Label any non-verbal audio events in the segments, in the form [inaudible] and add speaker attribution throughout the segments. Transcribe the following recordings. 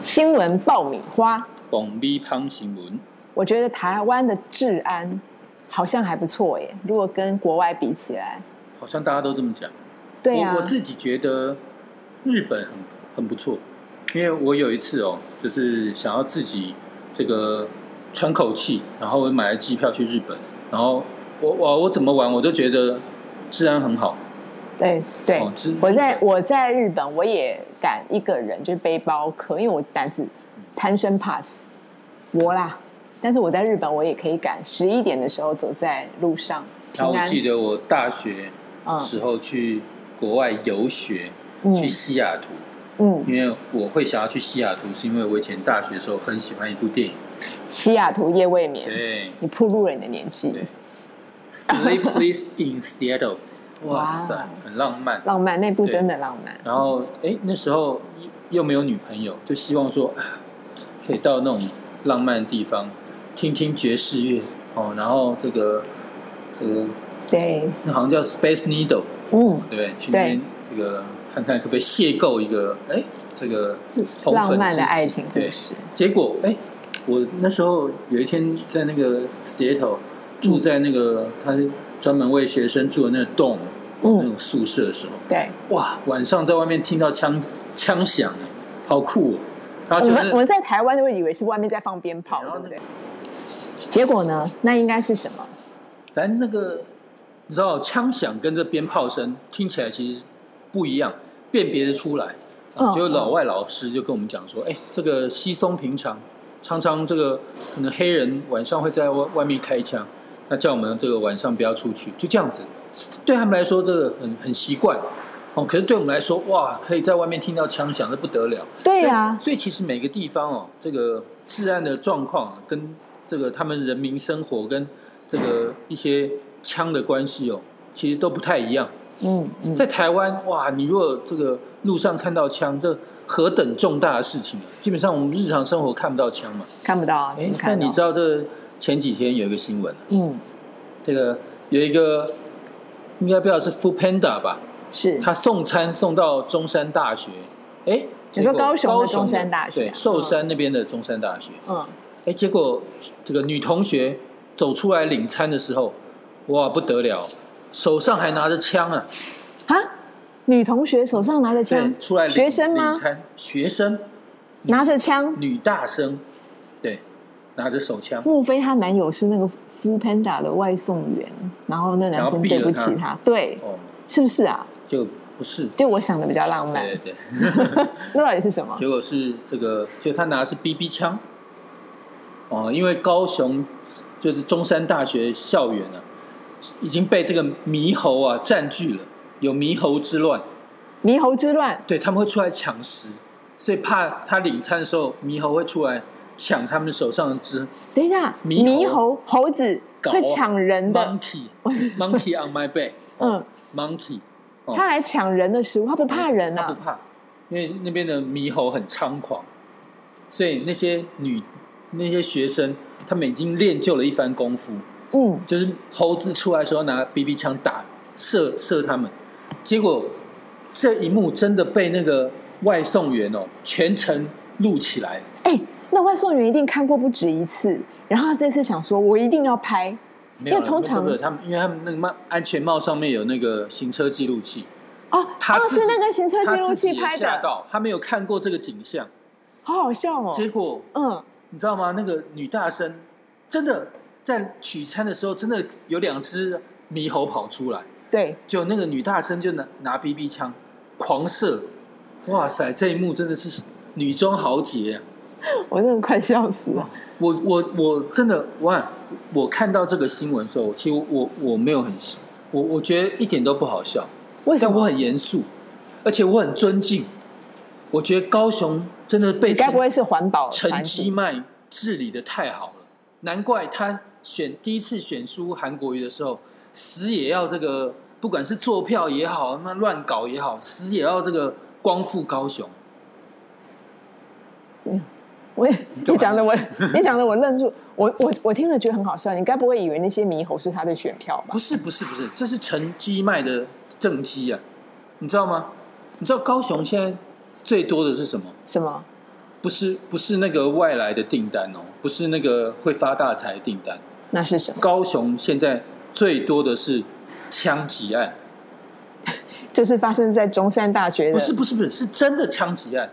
Speaker 1: 新闻爆米花。
Speaker 2: 蹦逼胖新闻，
Speaker 1: 我觉得台湾的治安好像还不错耶，如果跟国外比起来，
Speaker 2: 好像大家都这么讲。
Speaker 1: 对啊呀、
Speaker 2: 我我自己觉得日本很很不错，因为我有一次哦，就是想要自己这个喘口气，然后我买了机票去日本，然后我我我怎么玩我都觉得治安很好，
Speaker 1: 对对、
Speaker 2: 哦知
Speaker 1: 我在
Speaker 2: 日本
Speaker 1: 我在日本我也敢一个人，就是背包客，因为我胆子贪生怕死，我啦。但是我在日本，我也可以敢十一点的时候走在路上，平
Speaker 2: 然后我
Speaker 1: 安。
Speaker 2: 记得我大学
Speaker 1: 嗯
Speaker 2: 时候去国外游学，
Speaker 1: 嗯
Speaker 2: 去西雅图，
Speaker 1: 嗯，
Speaker 2: 因为我会想要去西雅图，是因为我以前大学的时候很喜欢一部电影，
Speaker 1: 西雅图夜未眠，
Speaker 2: 对
Speaker 1: 你暴露了你的年纪
Speaker 2: 对，，Sleepless in Seattle，哇
Speaker 1: [laughs]
Speaker 2: 塞
Speaker 1: 哇，
Speaker 2: 很浪漫。
Speaker 1: 浪漫那部真的浪漫。
Speaker 2: 然后哎，那时候又又没有女朋友，就希望说啊可以到那种浪漫的地方，听听爵士乐哦，然后这个这个
Speaker 1: 对，
Speaker 2: 那好像叫 Space Needle，
Speaker 1: 嗯，
Speaker 2: 对不对？去那边这个看看可不可以邂逅一个哎这个同粉
Speaker 1: 浪漫
Speaker 2: 知
Speaker 1: 的
Speaker 2: 己
Speaker 1: 爱情故
Speaker 2: 对
Speaker 1: 事。
Speaker 2: 结果哎，我那时候有一天在那个 Seattle 住在那个、他是专门为学生住的那个 dom、那
Speaker 1: 嗯
Speaker 2: 种，宿舍的时候，
Speaker 1: 对，
Speaker 2: 哇，晚上在外面听到枪枪响，好酷、哦！然后
Speaker 1: 我
Speaker 2: 就
Speaker 1: 们我
Speaker 2: 是
Speaker 1: 们在台湾都会以为是外面在放鞭炮，
Speaker 2: 对然
Speaker 1: 对
Speaker 2: 后
Speaker 1: 不对？结果呢？那应该是什么？
Speaker 2: 反正那个你知道枪响跟这鞭炮声听起来其实不一样，辨别得出来。
Speaker 1: 嗯
Speaker 2: 就老外老师就跟我们讲说，哎，这个稀松平常，常常这个可能黑人晚上会在外外面开枪，那叫我们这个晚上不要出去，就这样子。对他们来说，这个很很习惯哦。可是对我们来说，哇，可以在外面听到枪响，那不得了。
Speaker 1: 对啊呀、
Speaker 2: 所以其实每个地方哦，这个治安的状况、啊、跟这个他们人民生活跟这个一些枪的关系哦，其实都不太一样。
Speaker 1: 嗯嗯，
Speaker 2: 在台湾，哇，你如果这个路上看到枪，这何等重大的事情啊！基本上我们日常生活看不到枪嘛。
Speaker 1: 看不到啊，
Speaker 2: 哎
Speaker 1: 怎么，
Speaker 2: 那
Speaker 1: 看
Speaker 2: 你
Speaker 1: 得
Speaker 2: 知
Speaker 1: 到？
Speaker 2: 道这前几天有一个新闻，
Speaker 1: 嗯，
Speaker 2: 这个有一个应该不知道是 Food Panda 吧，
Speaker 1: 是，
Speaker 2: 他送餐送到中山大学，哎，
Speaker 1: 你说
Speaker 2: 结果
Speaker 1: 高雄的
Speaker 2: 高
Speaker 1: 中山大学啊
Speaker 2: 对，寿山那边的中山大学，
Speaker 1: 嗯，
Speaker 2: 哎，结果这个女同学走出来领餐的时候，哇，不得了，手上还拿着枪啊，
Speaker 1: 啊，女同学手上拿着枪
Speaker 2: 对，，出来领
Speaker 1: 学生吗
Speaker 2: 领？餐，学生，
Speaker 1: 拿着枪，
Speaker 2: 女大生，对，拿着手枪，
Speaker 1: 莫非她男友是那个 f o o Panda 的外送员？然后那男
Speaker 2: 想要
Speaker 1: 生
Speaker 2: 毙
Speaker 1: 对
Speaker 2: 了
Speaker 1: 不起
Speaker 2: 她
Speaker 1: 她，对，
Speaker 2: 哦，
Speaker 1: 是不是啊？
Speaker 2: 就不是，
Speaker 1: 就我想的比较浪漫
Speaker 2: 对，对对，
Speaker 1: 那到底是什么？
Speaker 2: 结果是这个，就他拿的是 BB 枪，哦，因为高雄就是中山大学校园啊，已经被这个猕猴啊占据了，有猕猴之乱，
Speaker 1: 猕猴之乱，
Speaker 2: 对他们会出来抢食，所以怕他领餐的时候猕猴会出来抢他们手上的只
Speaker 1: 等一下，
Speaker 2: 猕
Speaker 1: 猕
Speaker 2: 猴
Speaker 1: 猴猴子
Speaker 2: 搞啊
Speaker 1: 会抢人的， [laughs]
Speaker 2: monkey monkey on my back，
Speaker 1: 嗯，
Speaker 2: monkey，哦
Speaker 1: 他来抢人的食物，他不怕人
Speaker 2: 他
Speaker 1: 啊
Speaker 2: 不？怕，因为那边的猕猴很猖狂，所以那些女那些学生，他们已经练就了一番功夫，
Speaker 1: 嗯，
Speaker 2: 就是猴子出来的时候拿 BB 枪打射射他们，结果这一幕真的被那个外送员哦全程录起来，
Speaker 1: 哎、那外送员一定看过不止一次，然后他这次想说，我一定要拍，
Speaker 2: 没有啦
Speaker 1: 因为通常
Speaker 2: 不不不他们因为他们那个帽安全帽上面有那个行车记录器，
Speaker 1: 哦，
Speaker 2: 他
Speaker 1: 哦，
Speaker 2: 自己
Speaker 1: 是那个行车记
Speaker 2: 他
Speaker 1: 录
Speaker 2: 自己
Speaker 1: 器
Speaker 2: 也
Speaker 1: 拍
Speaker 2: 吓
Speaker 1: 的，
Speaker 2: 到，他没有看过这个景象，
Speaker 1: 好好笑哦。
Speaker 2: 结果
Speaker 1: 嗯，
Speaker 2: 你知道吗？那个女大生真的在取餐的时候，真的有两只猕猴跑出来，
Speaker 1: 对，
Speaker 2: 就那个女大生就拿拿 BB 枪狂射，哇塞！这一幕真的是女中豪杰、啊。
Speaker 1: 我真的快笑死了。
Speaker 2: 我我我真的哇！我看到这个新闻的时候，其实我我没有很喜，我我觉得一点都不好笑，
Speaker 1: 为什
Speaker 2: 但我
Speaker 1: 么？
Speaker 2: 很严肃，而且我很尊敬。我觉得高雄真的被
Speaker 1: 你该
Speaker 2: 全
Speaker 1: 不会是环保
Speaker 2: 陈
Speaker 1: 团
Speaker 2: 基
Speaker 1: 体？
Speaker 2: 麦治理的太好了，难怪他选第一次选书韩国瑜的时候，死也要这个，不管是坐票也好，那乱搞也好，死也要这个光复高雄。
Speaker 1: 我也
Speaker 2: 干嘛
Speaker 1: 你讲的我，你讲的我愣住，我我我听了觉得很好笑。你该不会以为那些猕猴是他的选票吧
Speaker 2: 不？是不是不是，这是陈基麦的政绩啊，你知道吗？你知道高雄现在最多的是什么？
Speaker 1: 什么？
Speaker 2: 不是不是那个外来的订单哦，不是那个会发大财的订单。
Speaker 1: 那是什么？
Speaker 2: 高雄现在最多的是枪击案，
Speaker 1: 这是发生在中山大学的。
Speaker 2: 不是，不是不是，是真的枪击案。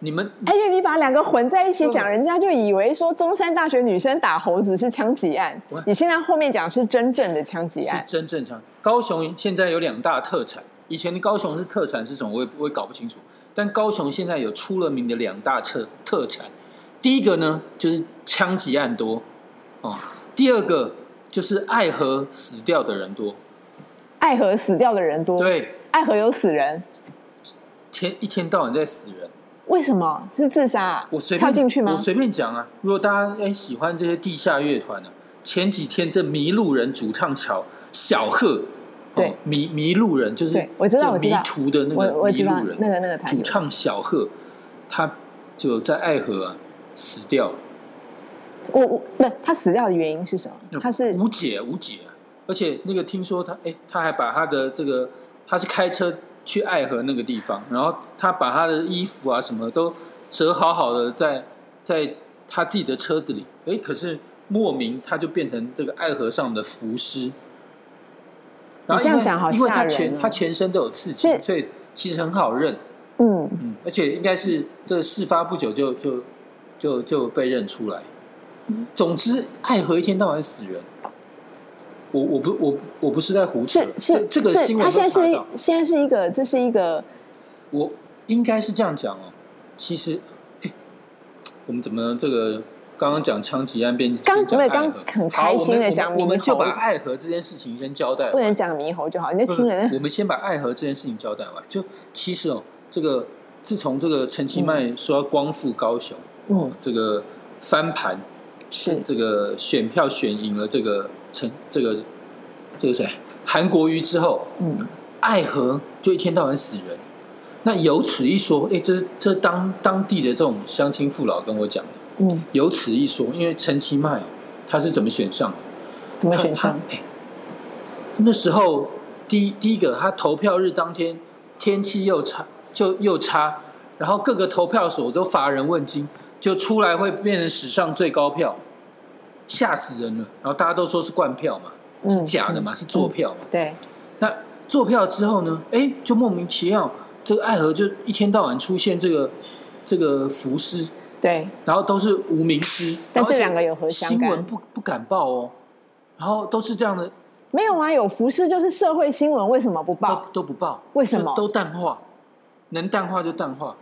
Speaker 2: 你们
Speaker 1: 哎呀，你把两个混在一起讲，
Speaker 2: 对
Speaker 1: 人家就以为说中山大学女生打猴子是枪击案
Speaker 2: 我。
Speaker 1: 你现在后面讲是真正的枪击
Speaker 2: 是
Speaker 1: 案，
Speaker 2: 真正强。高雄现在有两大特产，以前的高雄是特产是什么，我也我也搞不清楚。但高雄现在有出了名的两大特特产，第一个呢就是枪击案多，哦，第二个就是爱河死掉的人多。
Speaker 1: 爱河死掉的人多，
Speaker 2: 对，
Speaker 1: 爱河有死人，
Speaker 2: 天一天到晚在死人。
Speaker 1: 为什么是自杀、啊？
Speaker 2: 我随便
Speaker 1: 跳进去
Speaker 2: 我
Speaker 1: 吗？
Speaker 2: 随便讲啊。如果大家哎喜欢这些地下乐团呢、前几天这迷路人主唱小小贺，
Speaker 1: 对
Speaker 2: 哦迷迷路人就是
Speaker 1: 对我知道
Speaker 2: 就
Speaker 1: 我知道
Speaker 2: 迷途的那
Speaker 1: 我
Speaker 2: 个
Speaker 1: 我
Speaker 2: 迷
Speaker 1: 知道
Speaker 2: 路人
Speaker 1: 那个那个团
Speaker 2: 主
Speaker 1: 体，
Speaker 2: 唱小贺，他就在爱河啊死掉了，
Speaker 1: 我我不，他死掉的原因是什么？他是
Speaker 2: 无解无解啊、而且那个听说他哎，他还把他的这个他是开车去爱河那个地方，然后他把他的衣服啊什么都折好好的在在他自己的车子里，哎，可是莫名他就变成这个爱河上的浮尸。然
Speaker 1: 你
Speaker 2: 后
Speaker 1: 这样
Speaker 2: 因为
Speaker 1: 讲好
Speaker 2: 因为他
Speaker 1: 吓人
Speaker 2: 全
Speaker 1: 哦
Speaker 2: 他全身都有刺青，
Speaker 1: 是
Speaker 2: 所以其实很好认。
Speaker 1: 嗯，
Speaker 2: 嗯，而且应该是这事发不久就就就就被认出来。
Speaker 1: 嗯
Speaker 2: 总之，爱河一天到晚死人，我我不我我不是在胡扯
Speaker 1: 是，是
Speaker 2: 这这个
Speaker 1: 是，
Speaker 2: 新闻
Speaker 1: 他
Speaker 2: 都
Speaker 1: 现在
Speaker 2: 查
Speaker 1: 是
Speaker 2: 到，
Speaker 1: 现在是一个，这是一个
Speaker 2: 我应该是这样讲哦。其实，哎，我们怎么这个刚刚讲枪击案变
Speaker 1: 刚
Speaker 2: 讲
Speaker 1: 没
Speaker 2: 爱
Speaker 1: 有
Speaker 2: 河
Speaker 1: 刚很开
Speaker 2: 好我
Speaker 1: 心地
Speaker 2: 们我们
Speaker 1: 讲
Speaker 2: 我
Speaker 1: 猕
Speaker 2: 们就
Speaker 1: 猴
Speaker 2: 把爱河这件事情先交代完
Speaker 1: 不能讲猕猴就好，你在
Speaker 2: 不
Speaker 1: 听人
Speaker 2: 我们先把爱河这件事情交代完。就其实哦，这个自从这个陈其迈说要光复高雄，
Speaker 1: 嗯
Speaker 2: 这个翻盘，
Speaker 1: 是
Speaker 2: 这个选票选赢了这个陈这个这个谁韩国瑜之后，
Speaker 1: 嗯
Speaker 2: 爱河就一天到晚死人。那由此一说，哎，这是这是当当地的这种乡亲父老跟我讲的。
Speaker 1: 嗯，
Speaker 2: 由此一说，因为陈其迈哦他是怎么选上的？
Speaker 1: 怎么选上？
Speaker 2: 他？他哎那时候第一第一个，他投票日当天天气又差，就又差，然后各个投票所都乏人问津，就出来会变成史上最高票，吓死人了。然后大家都说是灌票嘛，
Speaker 1: 嗯
Speaker 2: 是假的嘛，是做票嘛。
Speaker 1: 对，
Speaker 2: 那做票之后呢，哎，就莫名其妙，这个爱河就一天到晚出现这个这个浮尸，
Speaker 1: 对，
Speaker 2: 然后都是无名尸。
Speaker 1: 但
Speaker 2: 然后
Speaker 1: 这
Speaker 2: 而且
Speaker 1: 两个有何相干
Speaker 2: 新闻不不敢报哦，然后都是这样的，
Speaker 1: 没有
Speaker 2: 嗯
Speaker 1: 啊，有服饰就是社会新闻，为什么不
Speaker 2: 都
Speaker 1: 报？
Speaker 2: 都不报，
Speaker 1: 为什么
Speaker 2: 就都淡化，能淡化就淡化。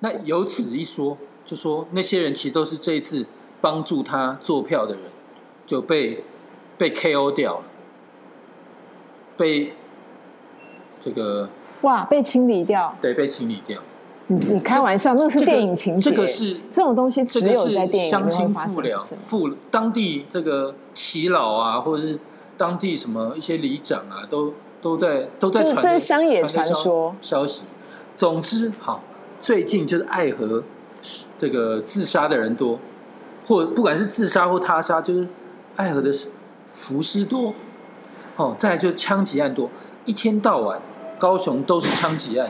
Speaker 2: 那由此一说，就说那些人其实都是这一次帮助他做票的人，就被被 KO 掉了，被这个
Speaker 1: 哇，被清理掉！
Speaker 2: 对被清理掉。
Speaker 1: 你你开玩笑，那个是
Speaker 2: 这个
Speaker 1: 电影情节，
Speaker 2: 这个是
Speaker 1: 这种东西
Speaker 2: 这
Speaker 1: 只
Speaker 2: 个
Speaker 1: 有
Speaker 2: 是
Speaker 1: 在电影里
Speaker 2: 乡
Speaker 1: 面会
Speaker 2: 亲
Speaker 1: 发
Speaker 2: 父
Speaker 1: 生
Speaker 2: 老
Speaker 1: 的事。
Speaker 2: 父当地这个耆老啊，或者是当地什么一些里长啊，都都在都在
Speaker 1: 这
Speaker 2: 传
Speaker 1: 这
Speaker 2: 着
Speaker 1: 是乡野
Speaker 2: 传着
Speaker 1: 传
Speaker 2: 消
Speaker 1: 说
Speaker 2: 消息。总之，好，最近就是爱河这个自杀的人多，或不管是自杀或他杀，就是爱河的浮尸多。哦，再来就是枪击案多，一天到晚高雄都是枪击案，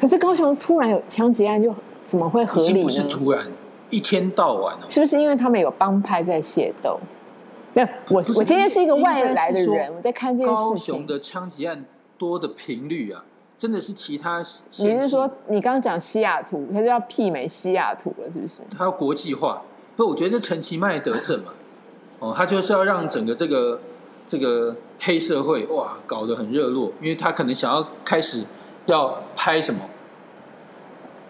Speaker 1: 可是高雄突然有枪击案，就怎么会合
Speaker 2: 已
Speaker 1: 理
Speaker 2: 经
Speaker 1: 呢？
Speaker 2: 不是突然，一天到晚哦。
Speaker 1: 是不是因为他们有帮派在械斗？没有，我
Speaker 2: 不是
Speaker 1: 我今天是一个外来的
Speaker 2: 应该是
Speaker 1: 人，
Speaker 2: 说
Speaker 1: 我在看这件
Speaker 2: 高
Speaker 1: 事
Speaker 2: 雄
Speaker 1: 情。
Speaker 2: 的枪击案多的频率啊，真的是其他
Speaker 1: 你
Speaker 2: 县
Speaker 1: 是
Speaker 2: 市
Speaker 1: 说你刚刚讲西雅图，他就要媲美西雅图了，是不是？
Speaker 2: 它要国际化？不，我觉得陈其迈得政
Speaker 1: [laughs]
Speaker 2: 嘛，哦，他就是要让整个这个这个黑社会哇搞得很热络，因为他可能想要开始要拍什么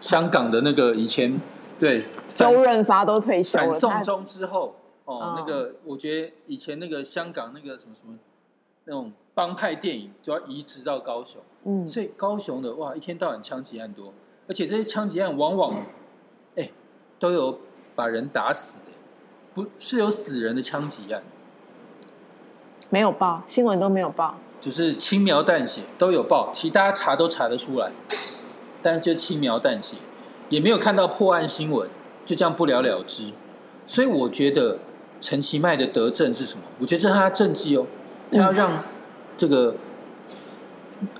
Speaker 2: 香港的那个以前对
Speaker 1: 周润发都退休
Speaker 2: 反
Speaker 1: 了，
Speaker 2: 送
Speaker 1: 他
Speaker 2: 中之后，
Speaker 1: 哦
Speaker 2: 哦，那个我觉得以前那个香港那个什么什么那种帮派电影就要移植到高雄。
Speaker 1: 嗯，
Speaker 2: 所以高雄的哇，一天到晚枪击案多，而且这些枪击案往往，哎、都有把人打死、哎不是有死人的枪击案，
Speaker 1: 没有报新闻都没有报。
Speaker 2: 就是轻描淡写都有报，其实大家查都查得出来，但就轻描淡写，也没有看到破案新闻，就这样不了了之。所以我觉得陈其迈的德政是什么？我觉得这是他的政绩哦，他要让这个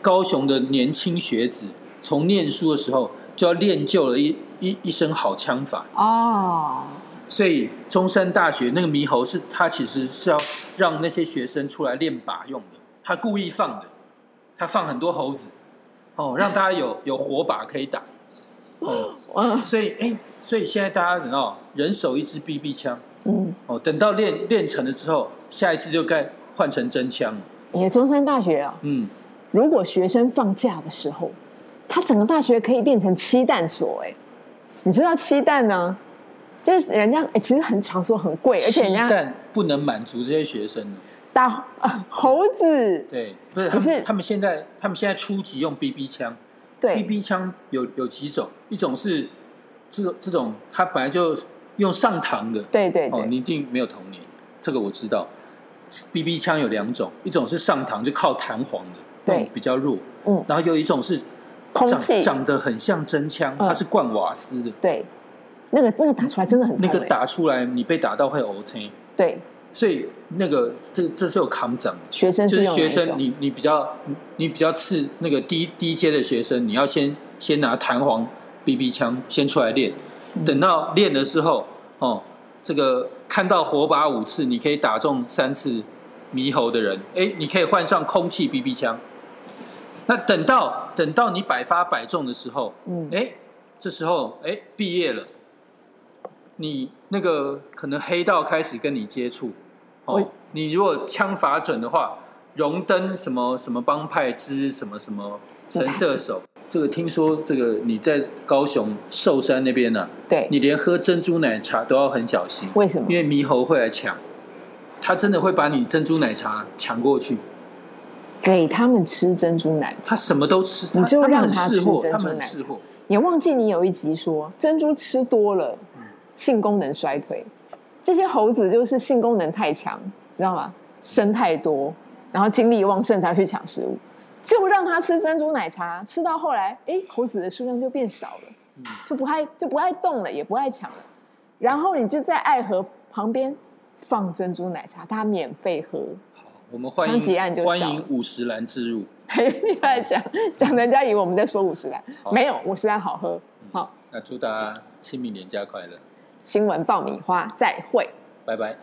Speaker 2: 高雄的年轻学子从念书的时候就要练就了一一一身好枪法。
Speaker 1: 哦，
Speaker 2: 所以中山大学那个猕猴是他其实是要让那些学生出来练靶用的，他故意放的，他放很多猴子，哦，让大家有有火把可
Speaker 1: [laughs]
Speaker 2: 以打。哦，
Speaker 1: 嗯
Speaker 2: 所以哎，所以现在大家哦，人手一支 BB 枪，
Speaker 1: 嗯，
Speaker 2: 哦，等到练练成了之后，下一次就该换成真枪了。
Speaker 1: 你的中山大学啊，
Speaker 2: 嗯，
Speaker 1: 如果学生放假的时候，他整个大学可以变成七弹所、哎，你知道七弹呢、就是人家哎、其实很常说很贵，而且人家
Speaker 2: 但不能满足这些学生了。
Speaker 1: 打、啊猴子，
Speaker 2: 对，不是他
Speaker 1: 可是
Speaker 2: 们，他们现在他们现在初级用 BB 枪
Speaker 1: 对，
Speaker 2: ，BB 枪有有几种，一种是这种这种，它本来就用上膛的，
Speaker 1: 对对
Speaker 2: 哦，
Speaker 1: 对，
Speaker 2: 你一定没有童年，这个我知道。BB 枪有两种，一种是上膛，就靠弹簧的，
Speaker 1: 对
Speaker 2: 那种比较弱，
Speaker 1: 嗯，
Speaker 2: 然后有一种是
Speaker 1: 空
Speaker 2: 长
Speaker 1: 气
Speaker 2: 长得很像真枪，
Speaker 1: 嗯
Speaker 2: 它是灌瓦斯的，
Speaker 1: 对，那个那个打出来真的很
Speaker 2: 那
Speaker 1: 痛、
Speaker 2: 个
Speaker 1: 哎
Speaker 2: 打出来你被打到会呕青，
Speaker 1: 对
Speaker 2: 所以那个这这是有扛掌的。
Speaker 1: 学生
Speaker 2: 就是是
Speaker 1: 用哪
Speaker 2: 学
Speaker 1: 一
Speaker 2: 生，
Speaker 1: 种？
Speaker 2: 你你比较你你比较次那个低低阶的学生，你要先先拿弹簧 BB 枪先出来练，
Speaker 1: 嗯
Speaker 2: 等到练的时候，哦，这个看到火把五次，你可以打中三次猕猴的人，哎，你可以换上空气 BB 枪。那等到等到你百发百中的时候，
Speaker 1: 嗯
Speaker 2: 哎，这时候哎毕业了，你那个可能黑道开始跟你接触，
Speaker 1: 喂
Speaker 2: 哦，你如果枪法准的话，荣登什么什么帮派之什么什么神射手。这个听说这个你在高雄寿山那边呢、啊
Speaker 1: 对，
Speaker 2: 你连喝珍珠奶茶都要很小心，
Speaker 1: 为什么
Speaker 2: 因为猕猴会来抢，他真的会把你珍珠奶茶抢过去。
Speaker 1: 给他们吃珍珠奶茶。
Speaker 2: 他什么都吃，
Speaker 1: 你就
Speaker 2: 他他们
Speaker 1: 让
Speaker 2: 很
Speaker 1: 他
Speaker 2: 识
Speaker 1: 吃
Speaker 2: 货，
Speaker 1: 珍
Speaker 2: 他
Speaker 1: 珠
Speaker 2: 们很
Speaker 1: 奶
Speaker 2: 识
Speaker 1: 茶
Speaker 2: 货。
Speaker 1: 你忘记你有一集说珍珠吃多了，性功能衰退。这些猴子就是性功能太强，你知道吗？生太多，然后精力旺盛才去抢食物。就让它吃珍珠奶茶，吃到后来，哎，猴子的数量就变少了
Speaker 2: 嗯，
Speaker 1: 就不爱就不爱动了，也不爱抢了。然后你就在爱河旁边放珍珠奶茶，大家免费喝。 [laughs]
Speaker 2: 好，我们欢
Speaker 1: 枪击案就
Speaker 2: 迎欢
Speaker 1: 少
Speaker 2: 迎五十岚之入。
Speaker 1: 还你来讲讲人家以为我们在说五十兰，
Speaker 2: 好
Speaker 1: 没有五十兰好喝。好，
Speaker 2: 那祝大家清明年假快乐，
Speaker 1: 新闻爆米花，再会。
Speaker 2: 拜拜。